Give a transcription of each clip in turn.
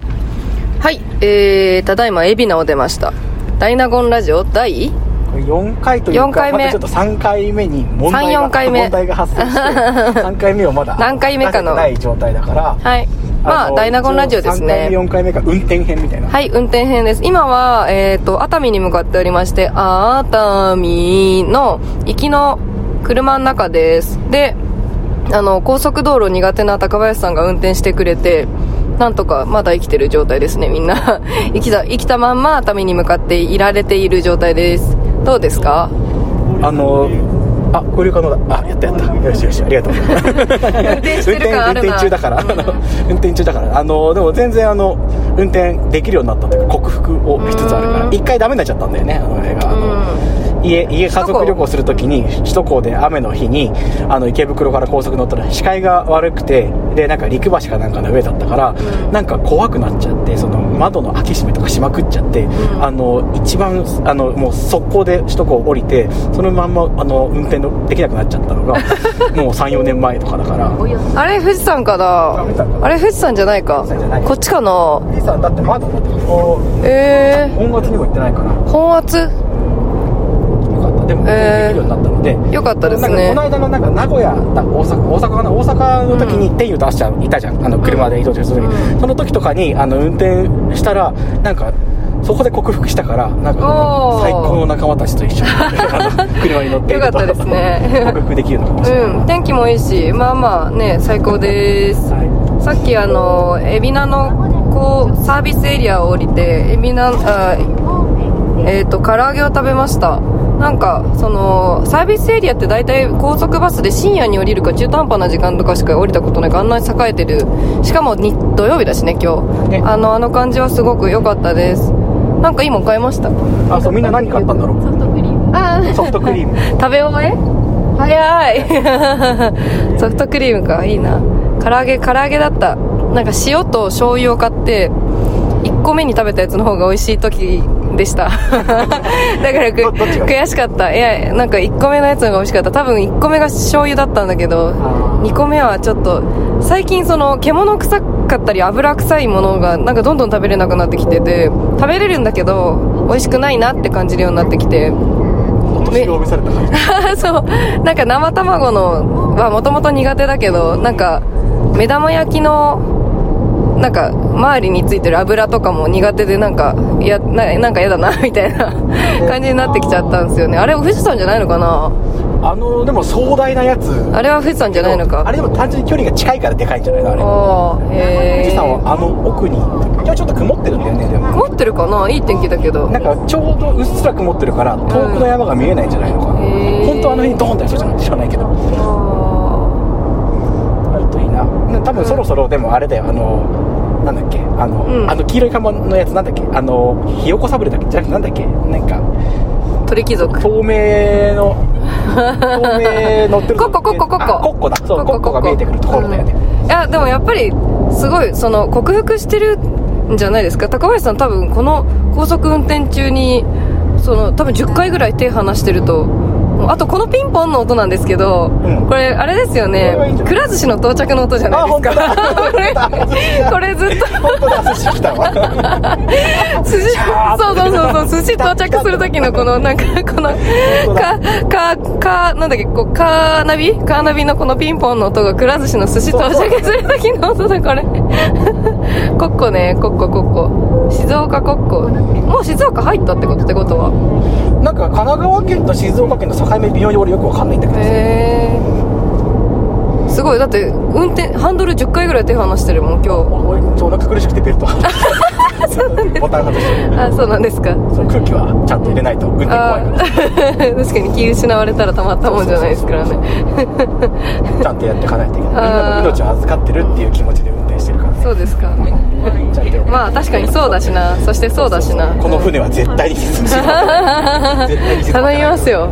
はい、えー、ただいま海老名を出ましたダイナゴンラジオ第これ4回というか4回目まだちょっと3回目に問題3 4が回目問題が発生して3回目をまだ 何回目かの出せてない状態だからはいまあのダイナゴンラジオです3回目ね4回目が運転編みたいな、はい運転編です今は、えー、と熱海に向かっておりまして熱海の行きの車の中ですであの高速道路苦手な高林さんが運転してくれてなんとかまだ生きてる状態ですねみんな 生きた生きたまんま熱海に向かっていられている状態ですどうですかあのあ交流可能だあやったやったよしよしありがとう運転してる感あるな運転中だから、あの運転中だからあのでも全然あの運転できるようになったというか克服をしつつあるから1回ダメになっちゃったんだよねあの映画あの、家家家族旅行するときに首都高で雨の日にあの池袋から高速乗ったら視界が悪くてでなんか陸橋かなんかの上だったから、なんか怖くなっちゃってその窓の開け閉めとかしまくっちゃって、あの一番あのもう速攻で首都高降りてそのまんまあの運転のできなくなっちゃった のがもう34年前とかだからあれ富士山かな富士山かあれ富士山じゃないか士山じゃないこっちかなおさんだってまだこえう音圧にも行ってないからよー、本圧かったでも運転できるようになったので、よかったですなんかねこの間のなんか名古屋だ大阪大阪かな大阪の時に天佑とアッシャーいたじゃんあの車で移動する時に、その時とかにあの運転したらなんかそこで克服したからなんおかー最高の仲間たちと一 緒にあの車に乗ってよかったですね克服できるのかもしれない、うん天気もいいしまあまあね最高ですはさっきあの海老名のこうサービスエリアを降りて海老名あえっ、と唐揚げを食べましたなんかそのサービスエリアって大体高速バスで深夜に降りるか中途半端な時間とかしか降りたことないからあんなに栄えてるしかもに土曜日だしね今日ねあのあの感じはすごく良かったですなんかいいもん買いましたい、あそうみんな何買ったんだろうあーソフトク リーム食べ終え早い ソフトクリームかいいな唐揚げ唐揚げだったなんか塩と醤油を買って1個目に食べたやつの方が美味しい時でした だからくどどっちが悔しかったいやなんか1個目のやつの方が美味しかった多分1個目が醤油だったんだけど2個目はちょっと最近その獣臭かったり油臭いものがなんかどんどん食べれなくなってきてて食べれるんだけど美味しくないなって感じるようになってきてお年を召された感 じそうなんか生卵のはもともと苦手だけどなんか目玉焼きのなんか周りについてる油とかも苦手でなんかいやななんか嫌だな みたいな感じになってきちゃったんですよねあれは富士山じゃないのかなあのでも壮大なやつあれは富士山じゃないのあかれでも単純に距離が近いからでかいんじゃないのあれああ富へ士え山はあの奥に今日ちょっと曇ってるんだよねでも曇ってるかないい天気だけどなんかちょうどうっすら曇ってるから遠くの山が見えないんじゃないのかな、へー本当はあの辺にドーンってそうじゃない知らないけどああるといいな多分そろそろでもあれだよあのなんだっけあの,、うんあの黄色い看板のやつなんだっけあのひよこサブレだっけじゃなくてなんだっけなんかー鳥貴族透 明の透明乗ってるコッココッココッコあコッコだそうコッコが見えてくるところだよね、うんいやでもやっぱりすごいその克服してるんじゃないですか高林さん多分この高速運転中にその多分10回ぐらい手離してるともうあとこのピンポンの音なんですけど、うんこれあれですよこれはいいんねじゃなくいら寿司の到着の音じゃないあです本当だか これこれずっと本当だ寿司来たわ寿司そうそうそうそう寿司到着する時のこのなんかこのカカカなんだっけこうカーナビカーナビのこのピンポンの音がくら寿司の寿司到着する時の音だこれコッコねコッココッコ静岡コッコもう静岡入ったってことってことはなんか神奈川県と静岡県の境目微妙に俺よくわかんないんだけどへえすごいだって運転ハンドル10回ぐらい手離してるもん今おいちょうど苦しくてベルトボタン外して日あそうなんですかその空気はちゃんと入れないと運転怖いあかー確かに気失われたらたまったもんじゃないですからねらちゃんとやっていかないといけないみんあーなの命を預かってるっていう気持ちで運転してるからねそうですかちゃんとよまあ確かにそうだしなそしてそうだしなこの船は絶対に沈むし絶対に沈頼みます すよ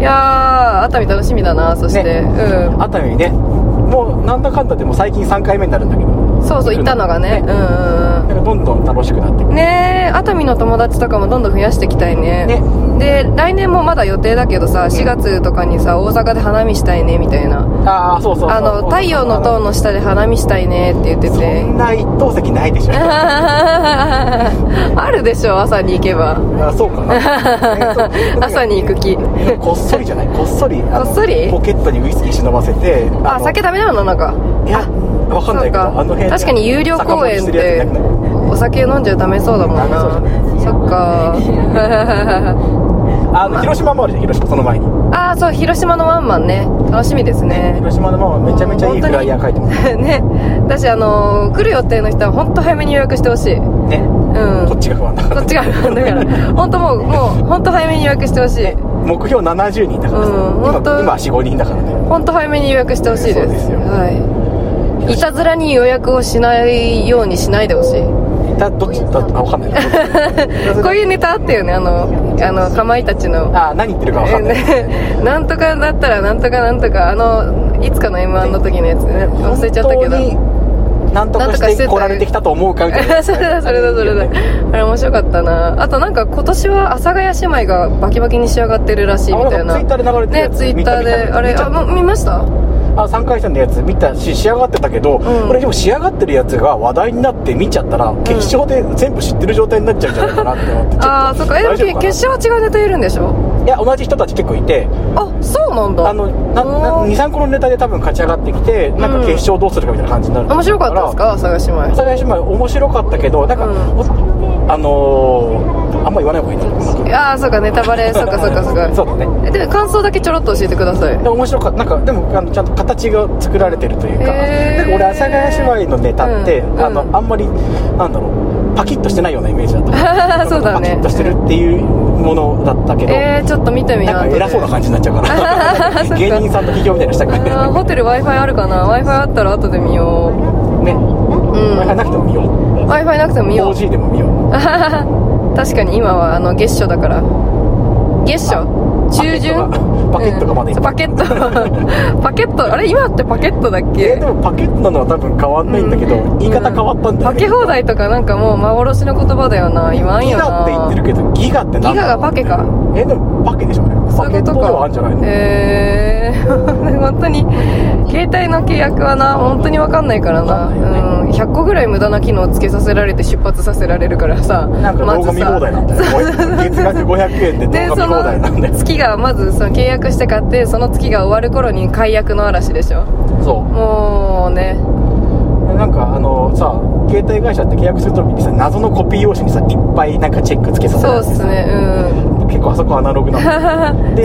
いやー熱海楽しみだなそして、ねう熱海ねもうなんだかんだでも最近3回目になるんだけどんそうそう行ったのがねうんうんうんなんかどんどん楽しくなってくるねえ熱海の友達とかもどんどん増やしていきたいねねで来年もまだ予定だけどさ4月とかにさ大阪で花見したいねみたいなああそうそうそうあの太陽の塔の下で花見したいねって言ってそてんな一等席ないで しょ あるでしょ朝に行けばあそうかな 朝に行く気でもこっそりじゃないこっそりここっそりポケットにウイスキー忍ばせてあ酒だダメなのなんかいやわかんないけどそうかあの辺確かに有料公園って酒盛りしてるやついなくないお酒飲んじゃダメそうだもんなダメそっ かあの広島もあるじゃん広島その前にああそう広島のワンマンね楽しみですね 広島のままめちゃめちゃいいフライヤー書いてますね私あのー来る予定の人は本当早めに予約してほしいうんねこっちが不安だかこらっちがだから本当もうもう本当早めに予約してほしい目標70人だからさ、うん今本当今45人だからね本当早めに予約してほしいですそうですよはいいたずらに予約をしないようにしないでほしいだどっちだあ分かんないな こういうネタあったよねあのあのかまいたちのあ何言ってるか分かんない、ね、 なんとかだったらなんとかなんとかあのいつかの m 1の時のやつね忘れちゃったけど本当になんとかして来られてきたと思うかみたいな それだそれだそれだあれ面白かったなあとなんか今年は阿佐ヶ谷姉妹がバキバキに仕上がってるらしいみたいなあなんかツイッターで流れてるやねつツイッターで見た見たあれ見ちゃあったもう見ましたあ3回戦のやつ見たし仕上がってたけど、ん俺でも仕上がってるやつが話題になって見ちゃったら決勝で全部知ってる状態になっちゃうんじゃないかなって思ってああそっかえでも大丈夫かな決勝は違うネタいるんでしょいや同じ人たち結構いてあそうなんだあのななおー23個のネタで多分勝ち上がってきてなんかうん決勝どうするかみたいな感じになる面白かったですか阿佐ヶ阿谷姉佐ヶ谷姉妹面白かったけどなんか、うんおあのー、あんま言わない方がいいな妹ああそうかネタバ レそうかそうかそうかそうだねえで感想だけちょろっと教えてくださいで面白かったなんかでもあのちゃんと形が作られてるというか、へーなんか俺阿佐ヶ谷姉妹のネタって、うんあのうんあんまりなんだろうパキッとしてないようなイメージだっ たそうだねパキッとしてるっていうものだったけど、えー、ちょっと見てみようなんか偉そうな感じになっちゃうか そっから芸人さんと企業みたいなのしたくあーなホテル w i f i あるかな w i f i あったら後で見よいねううおん w i 前なくても見よう f i なくても見よう 4G でも見よう確かに今はあの月初だから月初中旬パケットがパケットがまだいっうんぱパケット パケットあれ今ってパケットだっえけでもパケットなのは多分変わんないんだけど、言い方変わったんだよ、パねケ放題とかなんかもう幻の言葉だよな言わんギよガって言なってるけどギガって何ギガがパケかえでもパケでしょあれパケットではあるんじゃないの、へえー、 本当に携帯の契約はな本当に分かんないからな、わかんないようん100個ぐらい無駄な機能つけさせられて出発させられるからさなんか動画見放題なんだよ、月額500円でで動画そ見放題なんだのよ月がまずその契約して買ってその月が終わる頃に解約の嵐でしょそもうねうなんかあのさ携帯会社って契約するときにさ謎のコピー用紙にさいっぱいなんかチェックつけさせらそうれってすさねうん結構あそこアナログなんだ で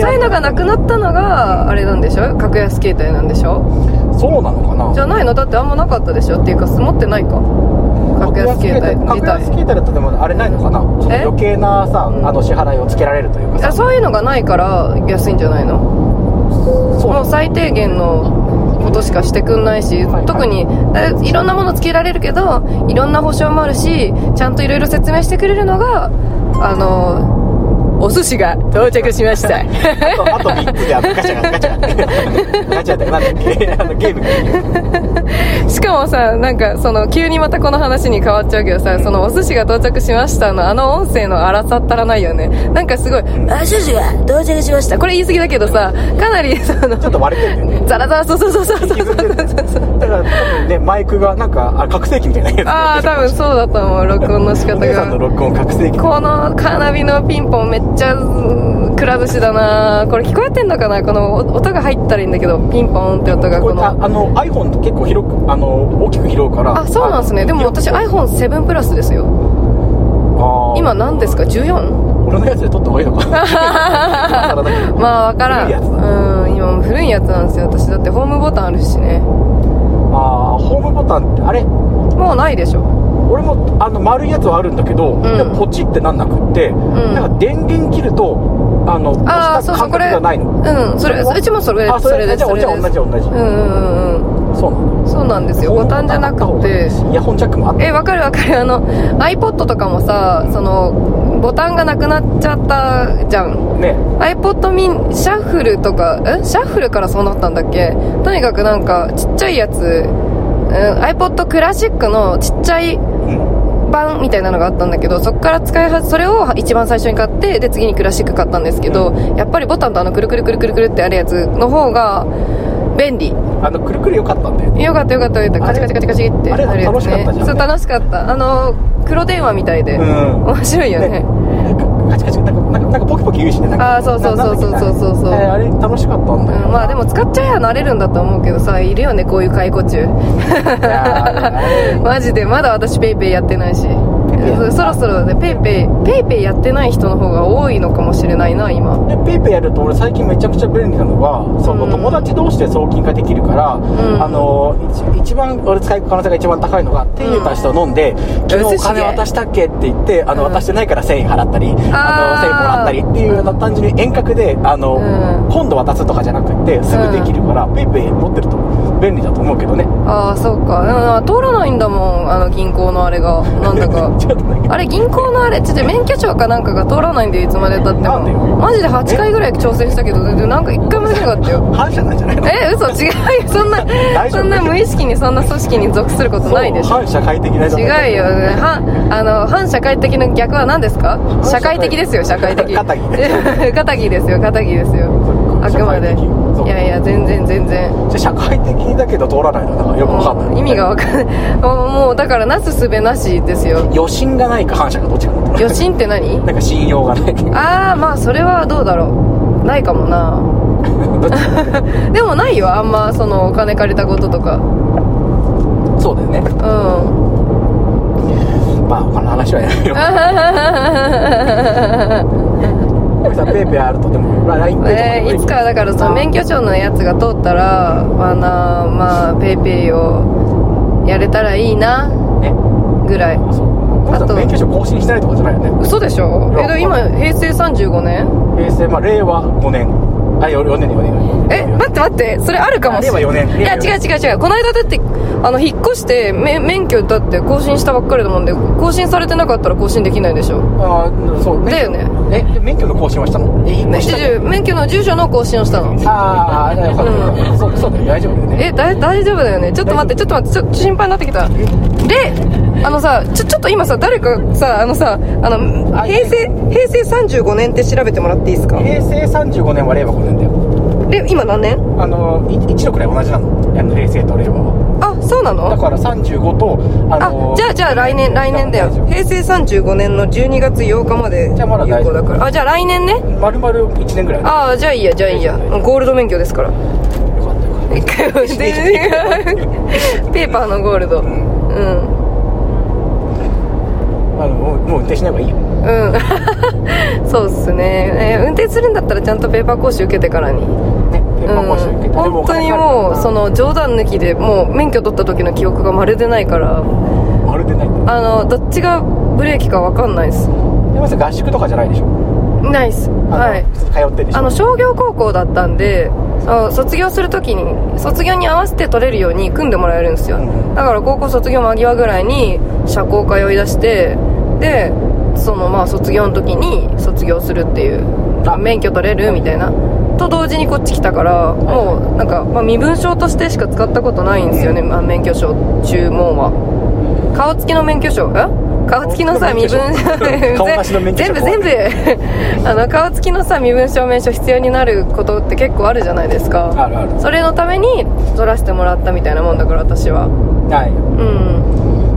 そういうのがなくなったのがあれなんでしょ格安携帯なんでしょそうなのかなじゃないのだってあんまなかったでしょっていうか持ってないか格安携帯自格安体携帯だとでもあれないのかなそのえ余計なさうんあの支払いをつけられるというかあさそういうのがないから安いんじゃないのそうもう最低限のことしかしてくんないし、はい特にだいろんなものつけられるけどいろんな保証もあるしちゃんといろいろ説明してくれるのがあのお寿司が到着しました あとあと3つであのガチャガチャガチャガチャガチャってなんだっけあのゲームがしかもさなんかその急にまたこの話に変わっちゃうけどさそのお寿司が到着しましたのあの音声の荒さったらないよねなんかすごい「あ寿司が到着しました」これ言い過ぎだけどさかなりそのちょっと割れてるんだよねザラザラそうそうそうそうそう歪んでるんだよだから多分ねマイクがなんかあ拡声器みたいなやつああ多分そうだと思う録音の仕方お姉さんのが録音拡声器このカーナビのピンポンめっちゃうんくら寿司だなこれ聞こえてんのかなこのお音が入ったらいいんだけどピンポンって音がここれあのあの iPhone 結構広くあの大きく拾うからあそうなんですねでも私 iPhone7 プラスですよ今今何ですか 14? 俺のやつで撮った方がいいのか な体だけまあ分からん古いやつだうん今もう古いやつなんですよ私だってホームボタンあるしねあーホームボタンってあれもうないでしょ俺もあの丸いやつはあるんだけど、んでもポチってなんなくって、なんか電源切るとあのああ押しそうたそう感こ覚れがないのうんそれうちもそれあそそれれでじゃすあそ俺れじゃあで同じす同じ、うんうんうんうんそうなのそうなんですよボタンじゃなくてイヤホンジャックもあったえわかるわかるあの iPod とかもさそのボタンがなくなっちゃったじゃんね iPod ミンシャッフルとかえシャッフルからそうなったんだっけとにかくなんかちっちゃいやつ、うん、iPod クラシックのちっちゃいうん版みたいなのがあったんだけどそこから使いはそれを一番最初に買ってで次にクラシック買ったんですけど、やっぱりボタンとあのくるくるくるくるくるってあるやつの方が便利あのくるくる良かったんだよねよかったよかったよかったカチカチカチカチってあれるやつ楽しかったじゃんそう楽しかったあの黒電話みたいで、うん面白いよねなんかカチカチなんかなんかなんかポキポキ言うしねなんかあーそうそうななんだっけなそうそうそうそうそうえーあれ楽しかったんうだよん、まあでも使っちゃえば慣れるんだと思うけどさいるよねこういう解雇 中いやーあれマジでまだ私ペイペイやってないしペイそそろそろねペイペイペイペイやってない人の方が多いのかもしれないな今でペイペイやると俺最近めちゃくちゃ便利なのがそのうん友達同士で送金ができるから、んあのー一一番俺使う可能性が一番高いのが手入れた人を飲んで、昨日お金渡したっけって言ってあの、うん渡してないから1000円払ったりあの1000円もらったりっていうような単純に遠隔であの、うん今度渡すとかじゃなくてすぐできるから、ペイペイ持ってると便利だと思うけどねああそうかでもな通らないんだもんあの銀行のあれがなんだか ちょっとなんかあれ銀行のあれちょっと免許証かなんかが通らないんだよいつまでたってなんでよもマジで8回ぐらい挑戦したけどなんか1回も出なかったよ反射なんじゃないのえ嘘違うよそんな大丈夫そんな無意識にそんな組織に属することないでしょそう反社会的な違うよはあの反社会的な逆は何ですか社会的ですよ社会 的肩着肩着ですよ肩着ですよあくまで社会的そういやいや全然全然じゃあ社会的だけど通らないのだからよくわかんない、もう意味が分かんない もうもうだからなすすべなしですよ余震がないか反射かどっちかだ余震って何なんか信用がないああまあそれはどうだろうないかもなどっちでもないよあんまそのお金借りたこととかそうだよねうん まあ他の話はやめようこれさペイペイあるとでも LINE えーいつかだからその免許証のやつが通ったらまあなまあペイペイをやれたらいいなねぐらいあそうああとと免許証更新してないとかじゃないよね嘘でしょえでも今平成35年平成まあ令和5年あ4年4年え待って待ってそれあるかもしれないあ令和四年いや違う違う違うこの間だってあの引っ越してめ免許だって更新したばっかりだもんで更新されてなかったら更新できないでしょああそうだよねえで免許の更新はしたのえ引っ越した住免許の住所の更新をしたのああよかったよかったそうそうだよ大丈夫だよねえだ大丈夫だよねちょっと待ってちょっと待ってちょっと心配になってきたであのさちょちょっと今さ誰かさあのさあのあ平成平成35年って調べてもらっていいですか平成35年は令和5年だよで今何年あの1度くらい同じなのあの平成と令和はあそうなだのから35とあのあじゃあじゃあ来年来年だよ平成35年の12月8日までじゃあまだ有大丈効だ夫からあじゃあ来年ねまるまる1年ぐらいだああじゃあいいやじゃあいいやゴールド免許ですからよかったよかっ一回もで ペーパーのゴールドうんたあのもうもう運転しない方がいいようん そうっすね、えー運転するんだったらちゃんとペーパー講習受けてからに、うん、ねペーパー講習受けて、でもお本当金にかかるからもうその冗談抜きでもう免許取った時の記憶がまるでないからまるでないんだあのどっちがブレーキか分かんないっす山下さん合宿とかじゃないでしょないっすあのはい普通に通ってるでしょあの商業高校だったんであの卒業するときに卒業に合わせて取れるように組んでもらえるんですようんだから高校卒業間際ぐらいに社交通い出してでそのまあ卒業の時に卒業するっていうあ免許取れるみたいなと同時にこっち来たからもうなんか、まあ、身分証としてしか使ったことないんですよね、まあ、免許証注文は顔付きの免許証え顔付きのさ顔身付きの分免許証 顔なしの免許証全部全部あの顔つきのさ身分証明書必要になることって結構あるじゃないですかあるあるそれのために取らせてもらったみたいなもんだから私ははいうん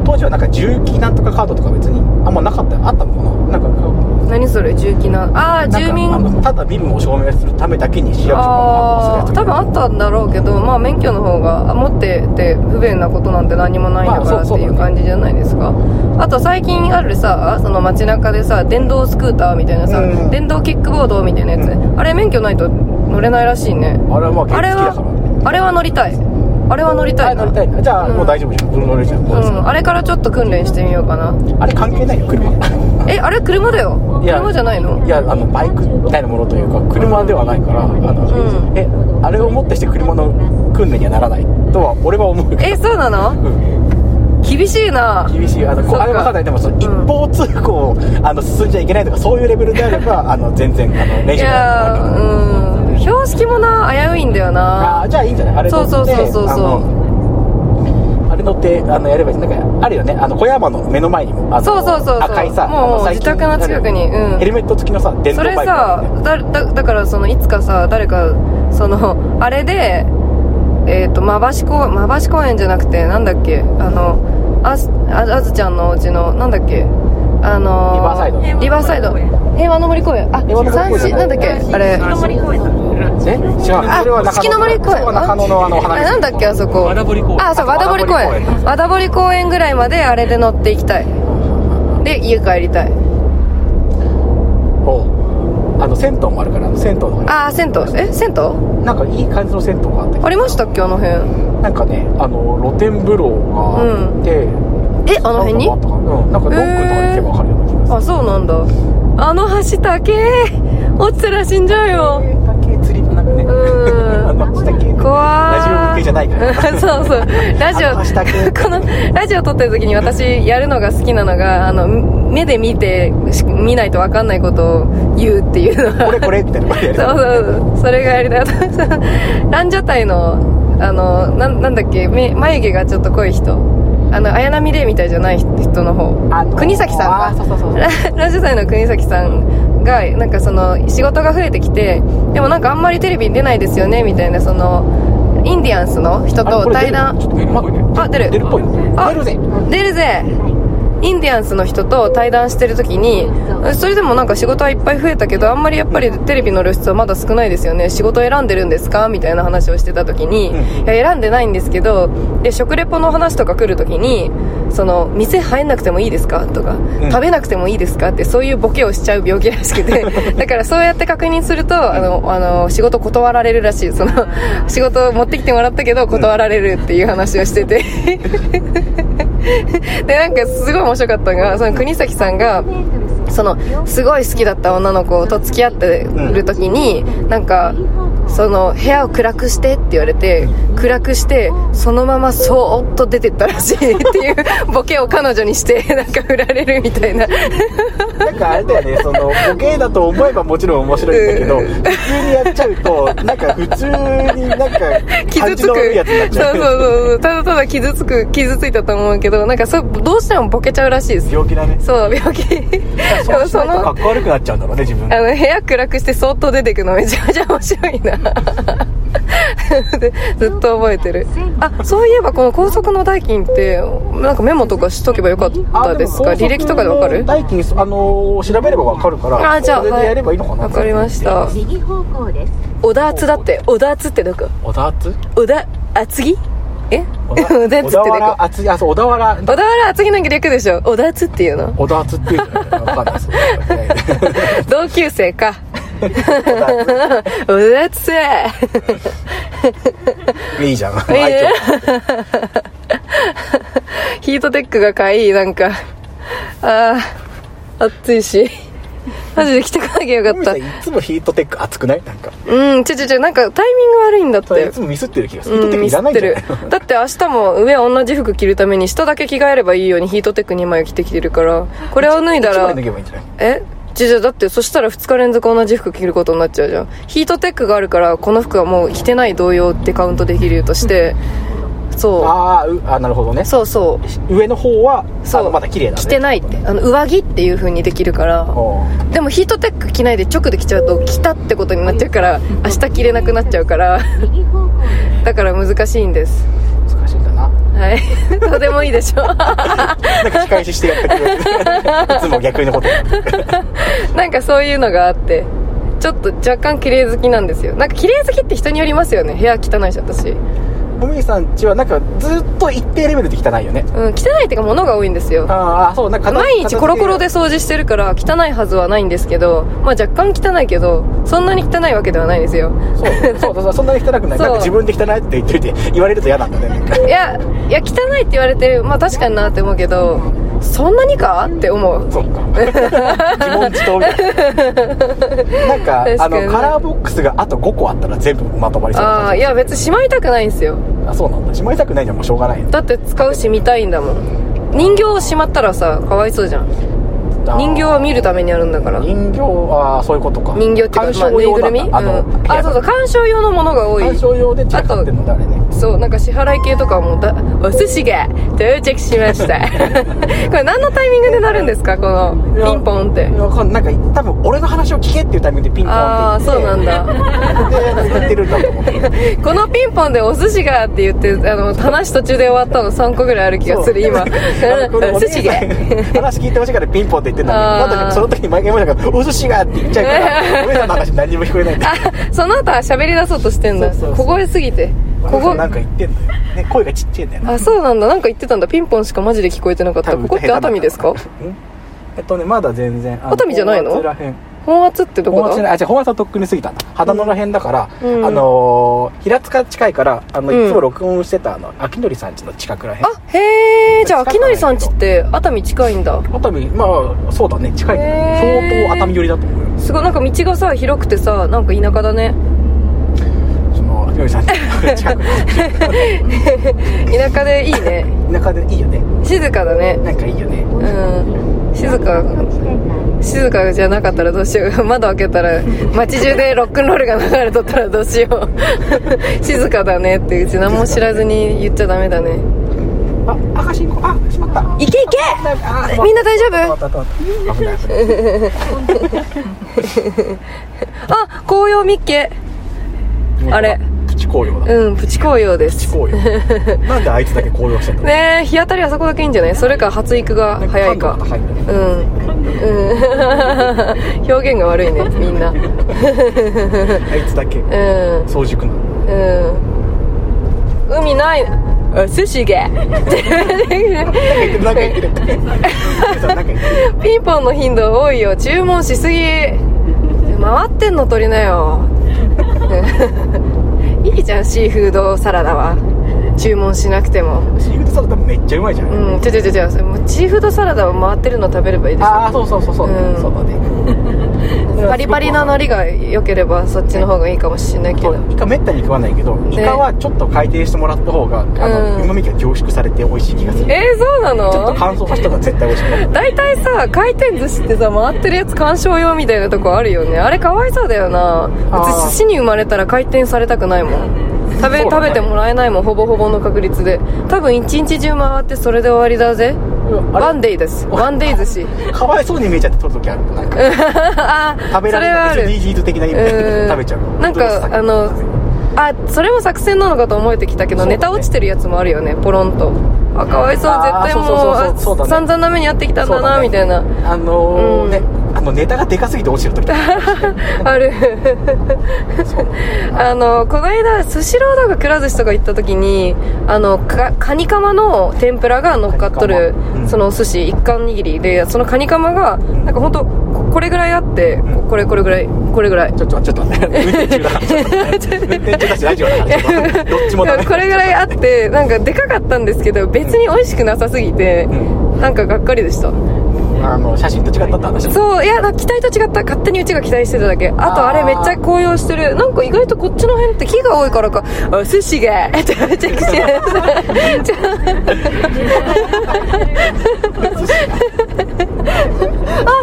当時はなんか重機なんとかカードとか別にあんまなかったよあったのかななんか何それ重機なああー住民なんかあのただ身分を証明するためだけに市役所がああー多分あったんだろうけどまあ免許の方があ持ってて不便なことなんて何もないんだかまらあっそてういう感じじゃないですかあと最近あるさその街中でさ電動スクーターみたいなさ、うん電動キックボードみたいなやつ、あれ免許ないと乗れないらしいねあれはまあ原あれ付だからねはあれは乗りたいあれは乗りたいなあ乗りたいなじゃあ、うんもう大丈夫じゃん乗れるじゃん、うん、あれからちょっと訓練してみようかなあれ関係ないよ車 えあれ車だよいや車じゃないのいやあのバイクみたいなものというか車ではないから、あのうんえあれをもってして車の訓練にはならないとは俺は思うけどえそうなのうん厳しいな厳しいあのそうこうかあれわかんないでもそのん一方通行をあの進んじゃいけないとかそういうレベルであればあの全然あの練い習になやらないからーうん標識もな危ういんだよあなーじゃあいいんじゃないあれそうそう取ってそうそうそうあのあれに乗ってあのやればいいなんかあるよねあの小山の目の前にもあのそうそうそうそう赤いさもうあの最近自宅の近くにうんヘルメット付きのさ電動そバれイクあるよねさだだだからそのいつかさ誰かその あれでえっ、とまばしこまばし公園じゃなくてなんだっけあのあすああずちゃんのお家のなんだっけあのーリバーサイドリバーサイド平和の森公園あ平和の森公園三四なんだっけあれあの森公園だえ違うあそれは中野四季の森公園それは中野のあのあ花れ火なんだっけあそこ和田堀公園あそう和田堀公園和田堀公園ぐらいまであれで乗っていきたいで家帰りたいおうあの銭湯もあるからあの銭湯の方にああ銭湯え銭湯なんかいい感じの銭湯があってありましたっけあの辺なんかねあの露天風呂があって、えあの辺になんかあったかなうん、なんかドッグとか行けばわかるような気がするあそうなんだあの橋高え落ちたら死んじゃうよ 竹釣りなんかね、うん あの竹怖いラジオ向けじゃないから そうそうラジオあの橋高このラジオ撮ってる時に私やるのが好きなのがあの目で見てし見ないと分かんないことを言うっていう のはこれこれみたいなことやるそうそうそれがやりたい私 ランジャタイのあのなんなんだっけめ眉毛がちょっと濃い人あの綾波レイみたいじゃない人のあの方ー国崎さんかあそうそうそうラ ラジオ祭の国崎さんがなんかその仕事が増えてきてでもなんかあんまりテレビに出ないですよねみたいなそのインディアンスの人あとこ対れ出る談ちょっと出るっぽいねあ出る出るっぽいねあ出るぜ出るぜインディアンスの人と対談してる時にそれでもなんか仕事はいっぱい増えたけどあんまりやっぱりテレビの露出はまだ少ないですよね仕事選んでるんですかみたいな話をしてた時に、うんいや選んでないんですけどで食レポの話とか来る時にその店入んなくてもいいですかとか、ん食べなくてもいいですかってそういうボケをしちゃう病気らしく てだからそうやって確認するとあのあの仕事断られるらしいその仕事持ってきてもらったけど断られるっていう話をして て。でなんかすごい面白かったのがその国崎さんがそのすごい好きだった女の子と付き合ってる時になんかその部屋を暗くしてって言われて暗くしてそのままそーっと出てったらしいっていう ボケを彼女にしてなんか振られるみたいななんかあれだよねそのボケだと思えばもちろん面白いんだ けど、うん普通にやっちゃうとなんか普通になんか傷感つじくの悪いやつになっちそゃうそううそうそうただただ傷つく傷ついたと思うけどなんかそうどうしてもボケちゃうらしいです病気だねそう病気でそもうしないとかっこ悪くなっちゃうんだろうね自分あの部屋暗くしてそーっと出てくのめちゃめちゃ面白いな でずっと覚えてるあそういえばこの高速の代金ってなんかメモとかしとけばよかったですか履歴とかでわかる代金あの調べればわかるからあじゃあそれでやればいいのかなわかりました右方向です小田厚だって小田厚ってどこ小 田厚小田厚木え小田厚ってど小こ田原厚木あそう小田原小田原厚木なんか略でしょ小田厚っていうの小田厚っていうんじゃないかなわかんないですけどね同級生か 小田厚いいじゃんいいね愛嬌ヒートテックがかいいなんかああ暑いしマジで着てこなきゃよかっ海たさんいつもヒートテック熱くないなんかうんちょちょちょなんかタイミング悪いんだっそれいてつもミスってる気がするヒートテうんックミいスらなっいんてじゃるないだって明日も上同じ服着るために下だけ着替えればいいようにヒートテック2枚着てきてるからこれを脱いだ一枚ら脱げばいいんじゃないえちょちょだってそしたら2日連続同じ服着ることになっちゃうじゃんヒートテックがあるからこの服はもう着てない同様ってカウントできるとしてそああうあなるほどねうそうそう上の方はそあうのまだ綺麗だね着てないってあの上着っていう風にできるからおうでもヒートテック着ないで直で着ちゃうと着たってことになっちゃうから明日着れなくなっちゃうから右方向ですだから難しいんです難しいんだな はいどうでもいいでしょなんか仕返ししてやってくれるいつも逆の ことやるなんかそういうのがあってちょっと若干綺麗好きなんですよなんか綺麗好きって人によりますよね部屋汚いし私うんおみさんちはなんかずっと一定レベルで汚いよね汚いっていうか物が多いんですよああそうなんか片毎日コロコロで片掃除してるから汚いはずはないんですけどまあ若干汚いけどそんなに汚いわけではないですよ付けでそうそうそうそんなに汚くないなんそうか自分で汚いって言っといて言われると嫌なんだねなんかいやいや汚いって言われてまあ確かになって思うけどそんなにかって思うそうか自問自答みた確かいななんかあにのカラーボックスがあと5個あったら全部まとまりそうなああ感いじや別にしまいたくないんですよあそうなんだしまいたくないじゃんもうしょうがないだって使うし見たいんだもん人形をしまったらさかわいそうじゃんあー人形は見るためにあるんだから人形ああそういうことか人形っていう鑑か、まあ、賞ぬい用ぐだるっみたあの、うん、あそうそう鑑賞用のものが多い鑑賞用で散らかってんのだあれねそうなんか支払い系とかもだお寿司が到着しました これ何のタイミングでなるんですかこのピンポンっていやわかんないなんか多分俺の話を聞けっていうタイミングでピンポンああってそう言ってなんだで言ってるんだと思ってこのピンポンでお寿司がって言ってあの話途中で終わったの3個ぐらいある 気がする 今これおお寿寿司司がが話聞いてほしいからピンポンって言ってんあだーけどその時に毎回思いながら「お寿司が」って言っちゃうから お姉さんの話何にも聞こえないんだその後は喋り出そうとしてんだそうそうそう小声すぎてここここなんか言ってんだよ、ね、声がちっちゃいんだよなあそうなんだなんか言ってたんだピンポンしかマジで聞こえてなかった多分ここって熱海ですか下手なんだろうなうんえっとねまだ全然あの熱海じゃないの本厚らへん本圧ってど本こ厚じゃだないあ違う本厚はとっくに過ぎたんだ秦野らへんだから、うんあのー平塚近いからあのうんいつも録音してたあの秋典さんちの近くらへんあへえじゃあ秋典さんちって熱海近いんだ熱海まあそうだね近いねへー相当熱海寄りだと思うよすごいなんか道がさ広くてさなんか田舎だねその秋典さんちの近く田舎でいいね田舎でいいよね静かだねなんかいいよねうん静かか静かじゃなかったらどうしよう 窓開けたら街中でロックンロールが流れとったらどうしよう 静かだねってうち何も知らずに言っちゃダメだねあ赤信号あしまったいけいけあみんな大丈夫あったあったあった危ない危ないあ紅葉見っけあれプチ紅葉だ、うんプチ紅葉でプチす紅葉なんであいつだけ紅葉してんのねえ日当たりはそこだけいいんじゃないそれか発育が早いか感度が高いんだようねん、 うん、表現が悪いねみんなあいつだけうん早熟なのうん海ないお寿司が なんか言ってるなんか言ってるなんか言ってるピンポンの頻度多いよ注文しすぎ回ってんの取りなよ いいじゃんシーフードサラダは注文しなくてもシーフードサラダめっちゃうまいじゃん、うんちょちょちょちょシーフードサラダを回ってるの食べればいいですああそうそうそうそう、うんそうだねパリパリな海苔が良ければそっちの方がいいかもしれないけそどうイカめったに食わないけどイカはちょっと回転してもらった方があの、うん旨味が凝縮されて美味しい気がするえー、そうなちょっとの乾燥させた方が絶対美味しくなる大体さ回転寿司ってさ回ってるやつ鑑賞用みたいなとこあるよねあれかわいそうだよなあー私寿司に生まれたら回転されたくないもん食べ,、そうだ食ねべてもらえないもんほぼほぼの確率で多分一日中回ってそれで終わりだぜうんあれワンデイですワンデイ寿 司かわいそうに見えちゃって撮る時あるなんかあー食べられないそれはある SDGs 的な意味うでん食べちゃうなんかあのあそれも作戦なのかと思えてきたけど、そうだねネタ落ちてるやつもあるよねポロンとあかわいそう絶あー対もうそうそうそうそうあそうだね散々な目にやってきたんだな、みたいなあのーうんねあのネタがでかすぎて落ちてる時と かあるあのこの間スシローとかくら寿司とか行った時にあのかカニカマの天ぷらが乗っかっとるカニカマうんそのお寿司一貫握りでそのカニカマがなんか本当ここれぐらいあってここれこれぐらいこれぐらいちょっとちょ っと待って運転中だから運転中だしラジオだからちょっとどっちもダ メこれぐらいあってなんかでかかったんですけど別に美味しくなさすぎてなんかがっかりでしたあの写真と違ったって話そういや期待と違った勝手にうちが期待してただけあとああーれめっちゃ紅葉してるなんか意外とこっちの辺って木が多いからかお寿 司がめちゃめちゃくちゃちょあ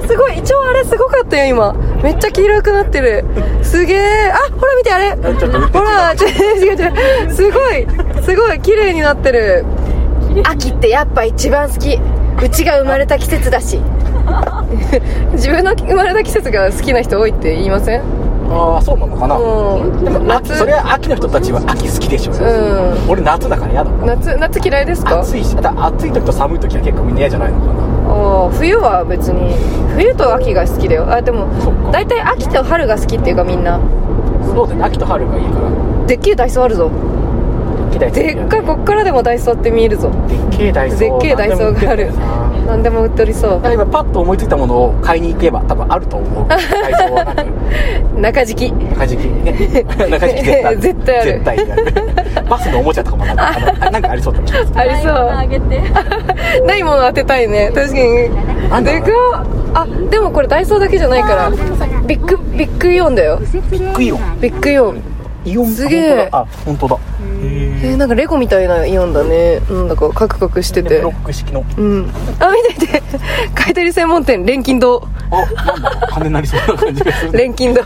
すごい一応あれすごかったよ今めっちゃ黄色くなってるすげえあほら見てあれちょっとほらちょ違う違うすごいすごい綺麗になってる秋ってやっぱ一番好きうちが生まれた季節だ し自分の生まれた季節が好きな人多いって言いませんああそうなのかな、うんでも夏夏それは秋の人たちは秋好きでしょ、う俺夏だから嫌だ夏夏嫌いですか暑いしだから暑い時と寒い時は結構みんな嫌じゃないのかなあー冬は別に冬と秋が好きだよあでもそっか大体秋と春が好きっていうかみんなそうだね秋と春がいいからでっけえダイソーあるぞ期待でっかいこっからでもダイソーって見えるぞでっけえダイソーでっけえダイソーがあるなんでも売っ何でも売ってんだよなておりそうだから今パッと思いついたものを買いに行けば多分あると思うダイソーはなんか中敷き中敷きね中敷き絶対ある 絶対ある絶対にあるバスのおもちゃとかもなんかあのあなんかありそうだなありあそげて。うないもの当てたいね確かなんにだでかっあでもこれダイソーだけじゃないからビッグビッグイオンだよクイオンビッグイオンイオンすげえあ本当だえー、なんかレゴみたいなイオンだねなんだかカクカクしてでてブロック式のうんあ見て見て 回転整理専門店錬金堂あなんだろう金になりそうな感じがする錬金堂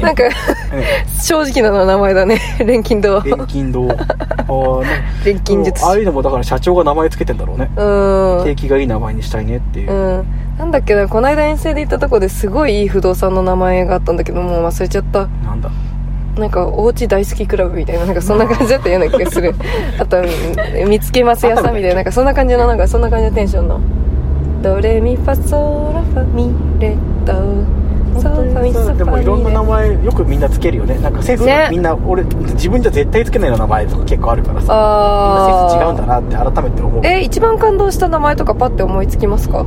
なんか 正直な名前だね 錬金堂錬金堂あーね錬金術ああい師うのもだから社長が名前つけてんだろうねうん景気がいい名前にしたいねっていう、うんなんだっけなこの間遠征で行ったとこですごいいい不動産の名前があったんだけどもう忘れちゃったなんだなんかおうち大好きクラブみたいななんかそんな感じだったような気がす るあと見つけます屋さんみたいななんかそんな感じのなんかそんな感じのテンションのドレミファソラファミレドソファミソファミレでもいろんな名前よくみんなつけるよねなんかセンス、ねみんな俺自分じゃ絶対つけないような名前とか結構あるからさみんあなあセンス違うんだなって改めて思うえ一番感動した名前とかパッて思いつきますか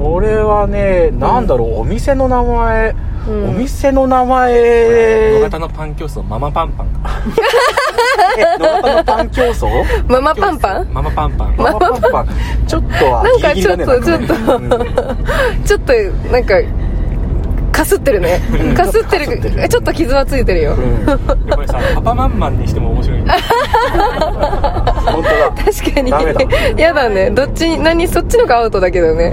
俺はねなんだろう、お店の名前、うんお店の名野前方のパン教室のママパンパンがえ野方のパン競 争ママパンパンママパンパンママパンパンちょっとはなんかギリギリだねちょっとなんかねちょっとなんかかすってるねかすってかすってるるえちょっと傷はついてるようんうんでこれさパパマンマンにしても面白い本当だ確かにダメだやだねどっちに何そっちのがアウトだけど ね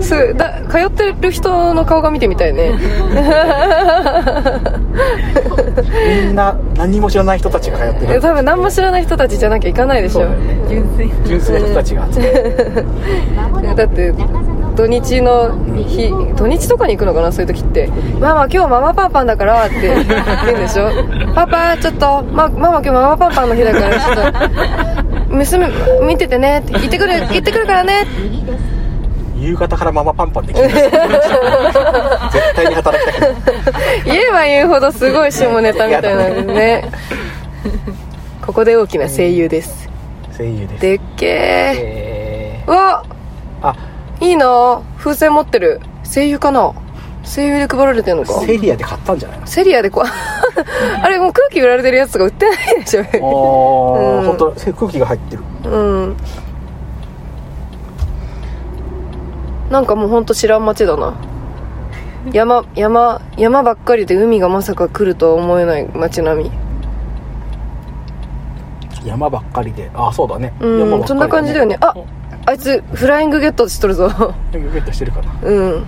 そうだ通ってる人の顔が見てみたいねみんな何も知らない人たちが通ってえる多分何も知らない人たちじゃなきゃいかないでしそうょだよね純粋純粋な人たちが集まるだって土日の日土日とかに行くのかなそういう時って「ママ今日ママパンパンだから」って言うんでしょ「パパちょっと、ま、ママ今日ママパンパンの日だからちょっと娘見ててね」って「行ってくる行ってくるからね」右です夕方からママパンパンで きる絶対に働きたくない言えば言うほどすごい下ネタみたいなんですねここで大きな声優です声優ですでっけえーうわーあいいな風船持ってる声優かな声優で配られてんのかセリアで買ったんじゃないのセリアでこうあれもう空気売られてるやつとか売ってないでしょああ、うん本当せ空気が入ってるうんなんかもうほんと知らん街だな山山山ばっかりで海がまさか来るとは思えない街並み山ばっかりであそうだね、山ばっかりだうんねそんな感じだよねああいつフライングゲットしとるぞゲットしてるかなうん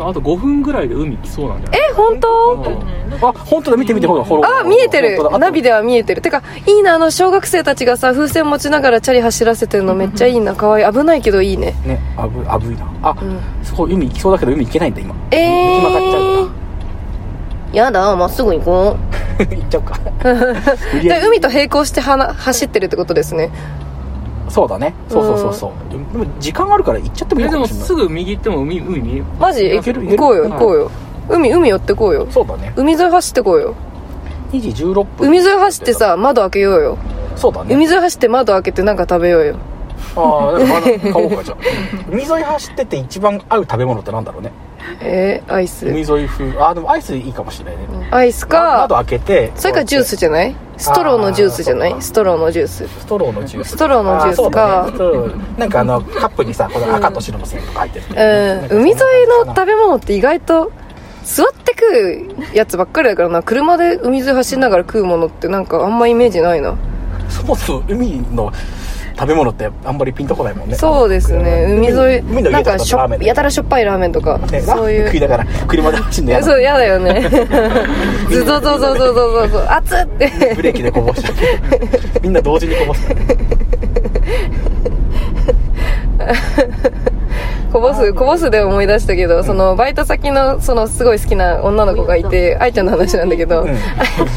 あと5分ぐらいで海来そうなんじゃないえ本当あ本当だ見て見てほらほらあ見えてる本当だナビでは見えてるてかいいなあの小学生たちがさ風船持ちながらチャリ走らせてるのめっちゃいいな可愛い危ないけどいいねねあぶ危ないなあ、んすごい海行きそうだけど海行けないんだ今え行きまかっちゃうーやだまっすぐ行こうから 行っちゃおうか無理じゃやあり海と並行してはな走ってるってことですねそうだねそうそうそうそう、でも時間あるから行っちゃってもいいえかでももしれないすぐ右行っても海海見えるマジ行行けるこうよ行こうよ海海寄ってこうよそうだね海沿い走ってこうよ2時16分海沿い走ってさ窓開けようよそうだね 海沿い走って窓開けてなんか食べようよああだから買おうかじゃあ海沿い走ってて一番合う食べ物ってなんだろうねえー、アイス海沿い風ああでもアイスいいかもしれないね、アイスまか窓開けてそれかジュースじゃないストローのジュースじゃなあーいストローのジュースストローのジュースストローのジュースかあーそうだねストローなんかあのカップにさこの赤と白の線とか入ってる、うん海沿いの食べ物って意外と座って食うやつばっかりだからな車で海沿い走りながら食うものってなんかあんまイメージないなそもそも海の食べ物ってあんまりピンとこないもんねそうですね海沿い海のな家んとかかだしとラーメょンやたらしょっぱいラーメンとかねラーメンそういう食いながら車で走るいのやや だそうやだよ ねずぞぞぞぞぞぞぞ熱っってブレーキでこぼしてみんな同時にこぼすこぼすこぼすで思い出したけどそのバイト先のそのすごい好きな女の子がいて愛ちゃんの話なんだけど、うん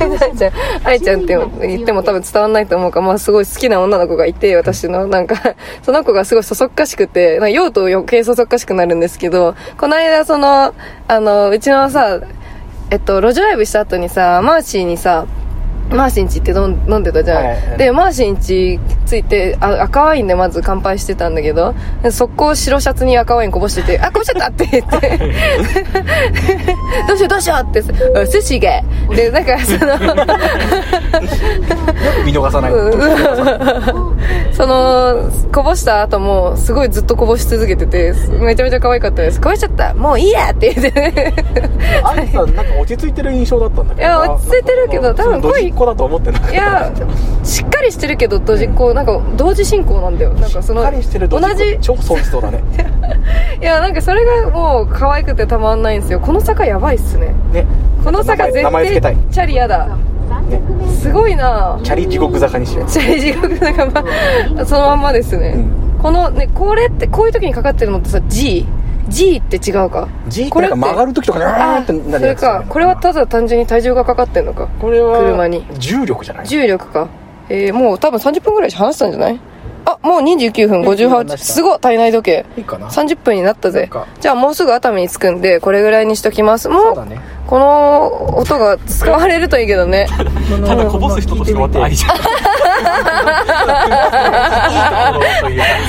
愛ちゃん愛ちゃんって言っても多分伝わんないと思うから、まあ、すごい好きな女の子がいて私のなんか その子がすごいそそっかしくてなんか用途余計そそっかしくなるんですけどこの間そのあのうちのさえっと路上ライブした後にさマーシーにさマーシーんちって飲ん飲んでたじゃん、はいはいでマーシーんちついてあ赤ワインでまず乾杯してたんだけどで速攻白シャツに赤ワインこぼしてて「あこぼしちゃった!」って言 って 「どうしようどうしよう」って「寿司が」でなんかその見逃さない、 そのこぼした後もすごいずっとこぼし続けててめちゃめちゃ可愛かったですこぼしちゃったもういいやって言ってあれさなんか落ち着いてる印象だったんだけどいや落ち着いてるけど多分恋行だと思ってなかっいたからやしっかりしてるけど同時行なんか同時進行なんだよなんかそのしっかりしてる同とじ超損しそうだ ねいやなんかそれがもう可愛くてたまんないんですよこの坂やばいっすねねこの坂名前絶名前つけた対いチャリやだすごいなチャリ地獄坂にしようチャリ地獄だからまあそのまんまですね、うこのねこれってこういう時にかかってるのってさ GG って違うか G ってこれなっんてか曲がる時とかにあーってなそるれやつかこれはただ単純に体重がかかってるのかこれは車に重力じゃない重力かえー、もう多分30分ぐらい話したんじゃないあもう29分58すごい体内時計いいかな30分になったぜなんかじゃあもうすぐ熱海に着くんでこれぐらいにしときますもそううだねこの音が使われるといいけど ねただこぼす人として終わった愛じゃんいいとそころというか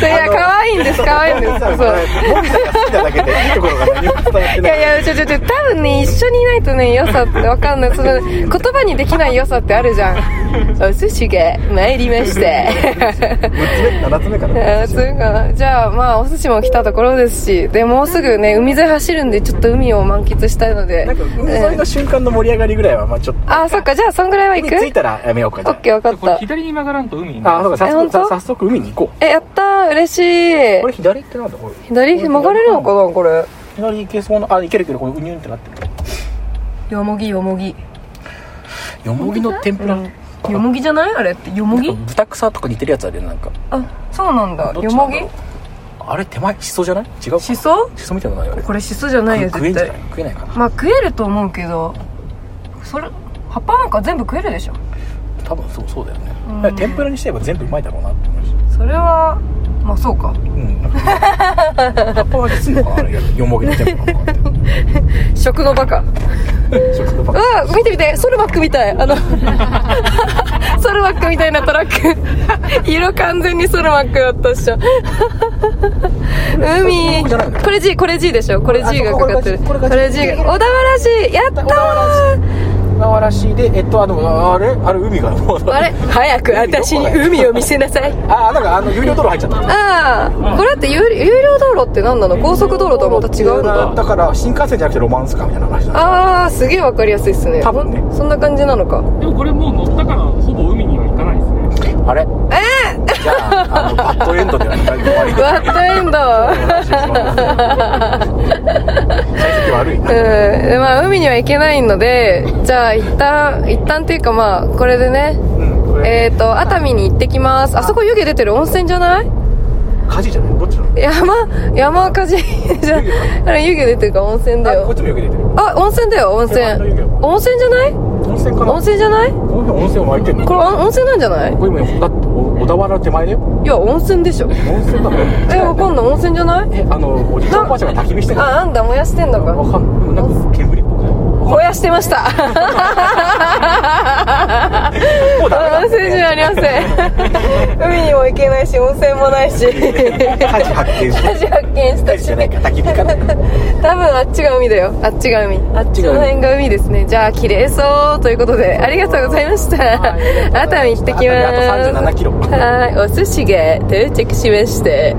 れいや可愛いんです可愛いん ですさあそうモミさんが好きなだけでいいところが何も伝わっていないやいやちょちょちょ多分ね一緒にいないとね良さって分かんないその言葉にできない良さってあるじゃん お寿司が参りまして7つ目かあーなそういうかなじゃあまあお寿司も来たところですしでもうすぐね海沿い走るんでちょっと海を満喫したいのでなんか海沿いの瞬間の盛り上がりぐらいはまあちょっとあーそっかじゃあそんぐらいは行海着いくたらやめようかじオゃッケー分かっこれた左に曲がらんと海にああそうかえ早本速当さ早速海に行こえやったー嬉しうこれい左ってなんだこれ左曲がれるのかなこれ左行けそうなあ行けるけどこれうにゅんってなってるよもぎよもぎよもぎの天ぷらなんかよもぎじゃないあれってよもぎ豚草とか似てるやつあるよねなんかあそうなんだどっよちなもんだぎろうあれ手前しそじゃない違うかしそしそみたいなのないよねこれしそじゃないよ食え絶んじゃな対い食えないかなまあ食えると思うけどそれ葉っぱなんか全部食えるでしょ多分そうそうだよねうんだから天ぷらにしてれば全部うまいだろうなって思うしそれはまあそうかうんなんか葉っぱはきついのかなあれよもぎの天ぷ らとかっ食のバカて食のうわ見て見てソルバックみたいあの ソルバックみたいなトラック色完全にソルバックだったっしょ海これじゃないのこれ G これ G でしょこれ G がかかってるあここれこれれ G が小田原市やった小田原ー小田原市でえっとあでもあれあれ海がもうあれ早く私に海を見せなさいあなんかあの有料道路入っちゃったああこれって有有料道路って何なの高速道路とはまた違うのかだから新幹線じゃなくてロマンスカーみたいな話だああすげえわかりやすいっすね多分ねそんな感じなのかでもこれもう乗ったからほぼ海には行かないですねあれじゃああのバッドエンドで はない終わりバッドエンド成績悪いなうんでまあ海には行けないのでじゃあ一旦一旦っていうかまあこれでねうんこれえっ、と熱海に行ってきますあそこ湯気出てる温泉じゃない火事じゃないどっちなの山山火事じゃあれ湯気出てるから温泉だあこっよちもよく出てるあ温泉だよ温泉温泉じゃない温泉かな温泉じゃないこの辺温泉湧いてんのこれお温泉なんじゃないこれ今だってお小田原の手前だよいや温泉でしょ温泉だもんえわかんない温泉じゃないえあのおじいちゃんおばあちゃんが焚き火してるああんだ燃やしてんのかわかんないでもなんか煙っぽ くない燃やしてましたもうダメだ温泉じゃありません海にも行けないし温泉もないし火事発見して私発見し火た事しじゃないか焚き火かな多分あっちが海だよあっちが海あっちが海その辺が海ですねじゃあ綺麗そうということでありがとうございました熱海行ってきますあと37キロはいお寿司が到着しまして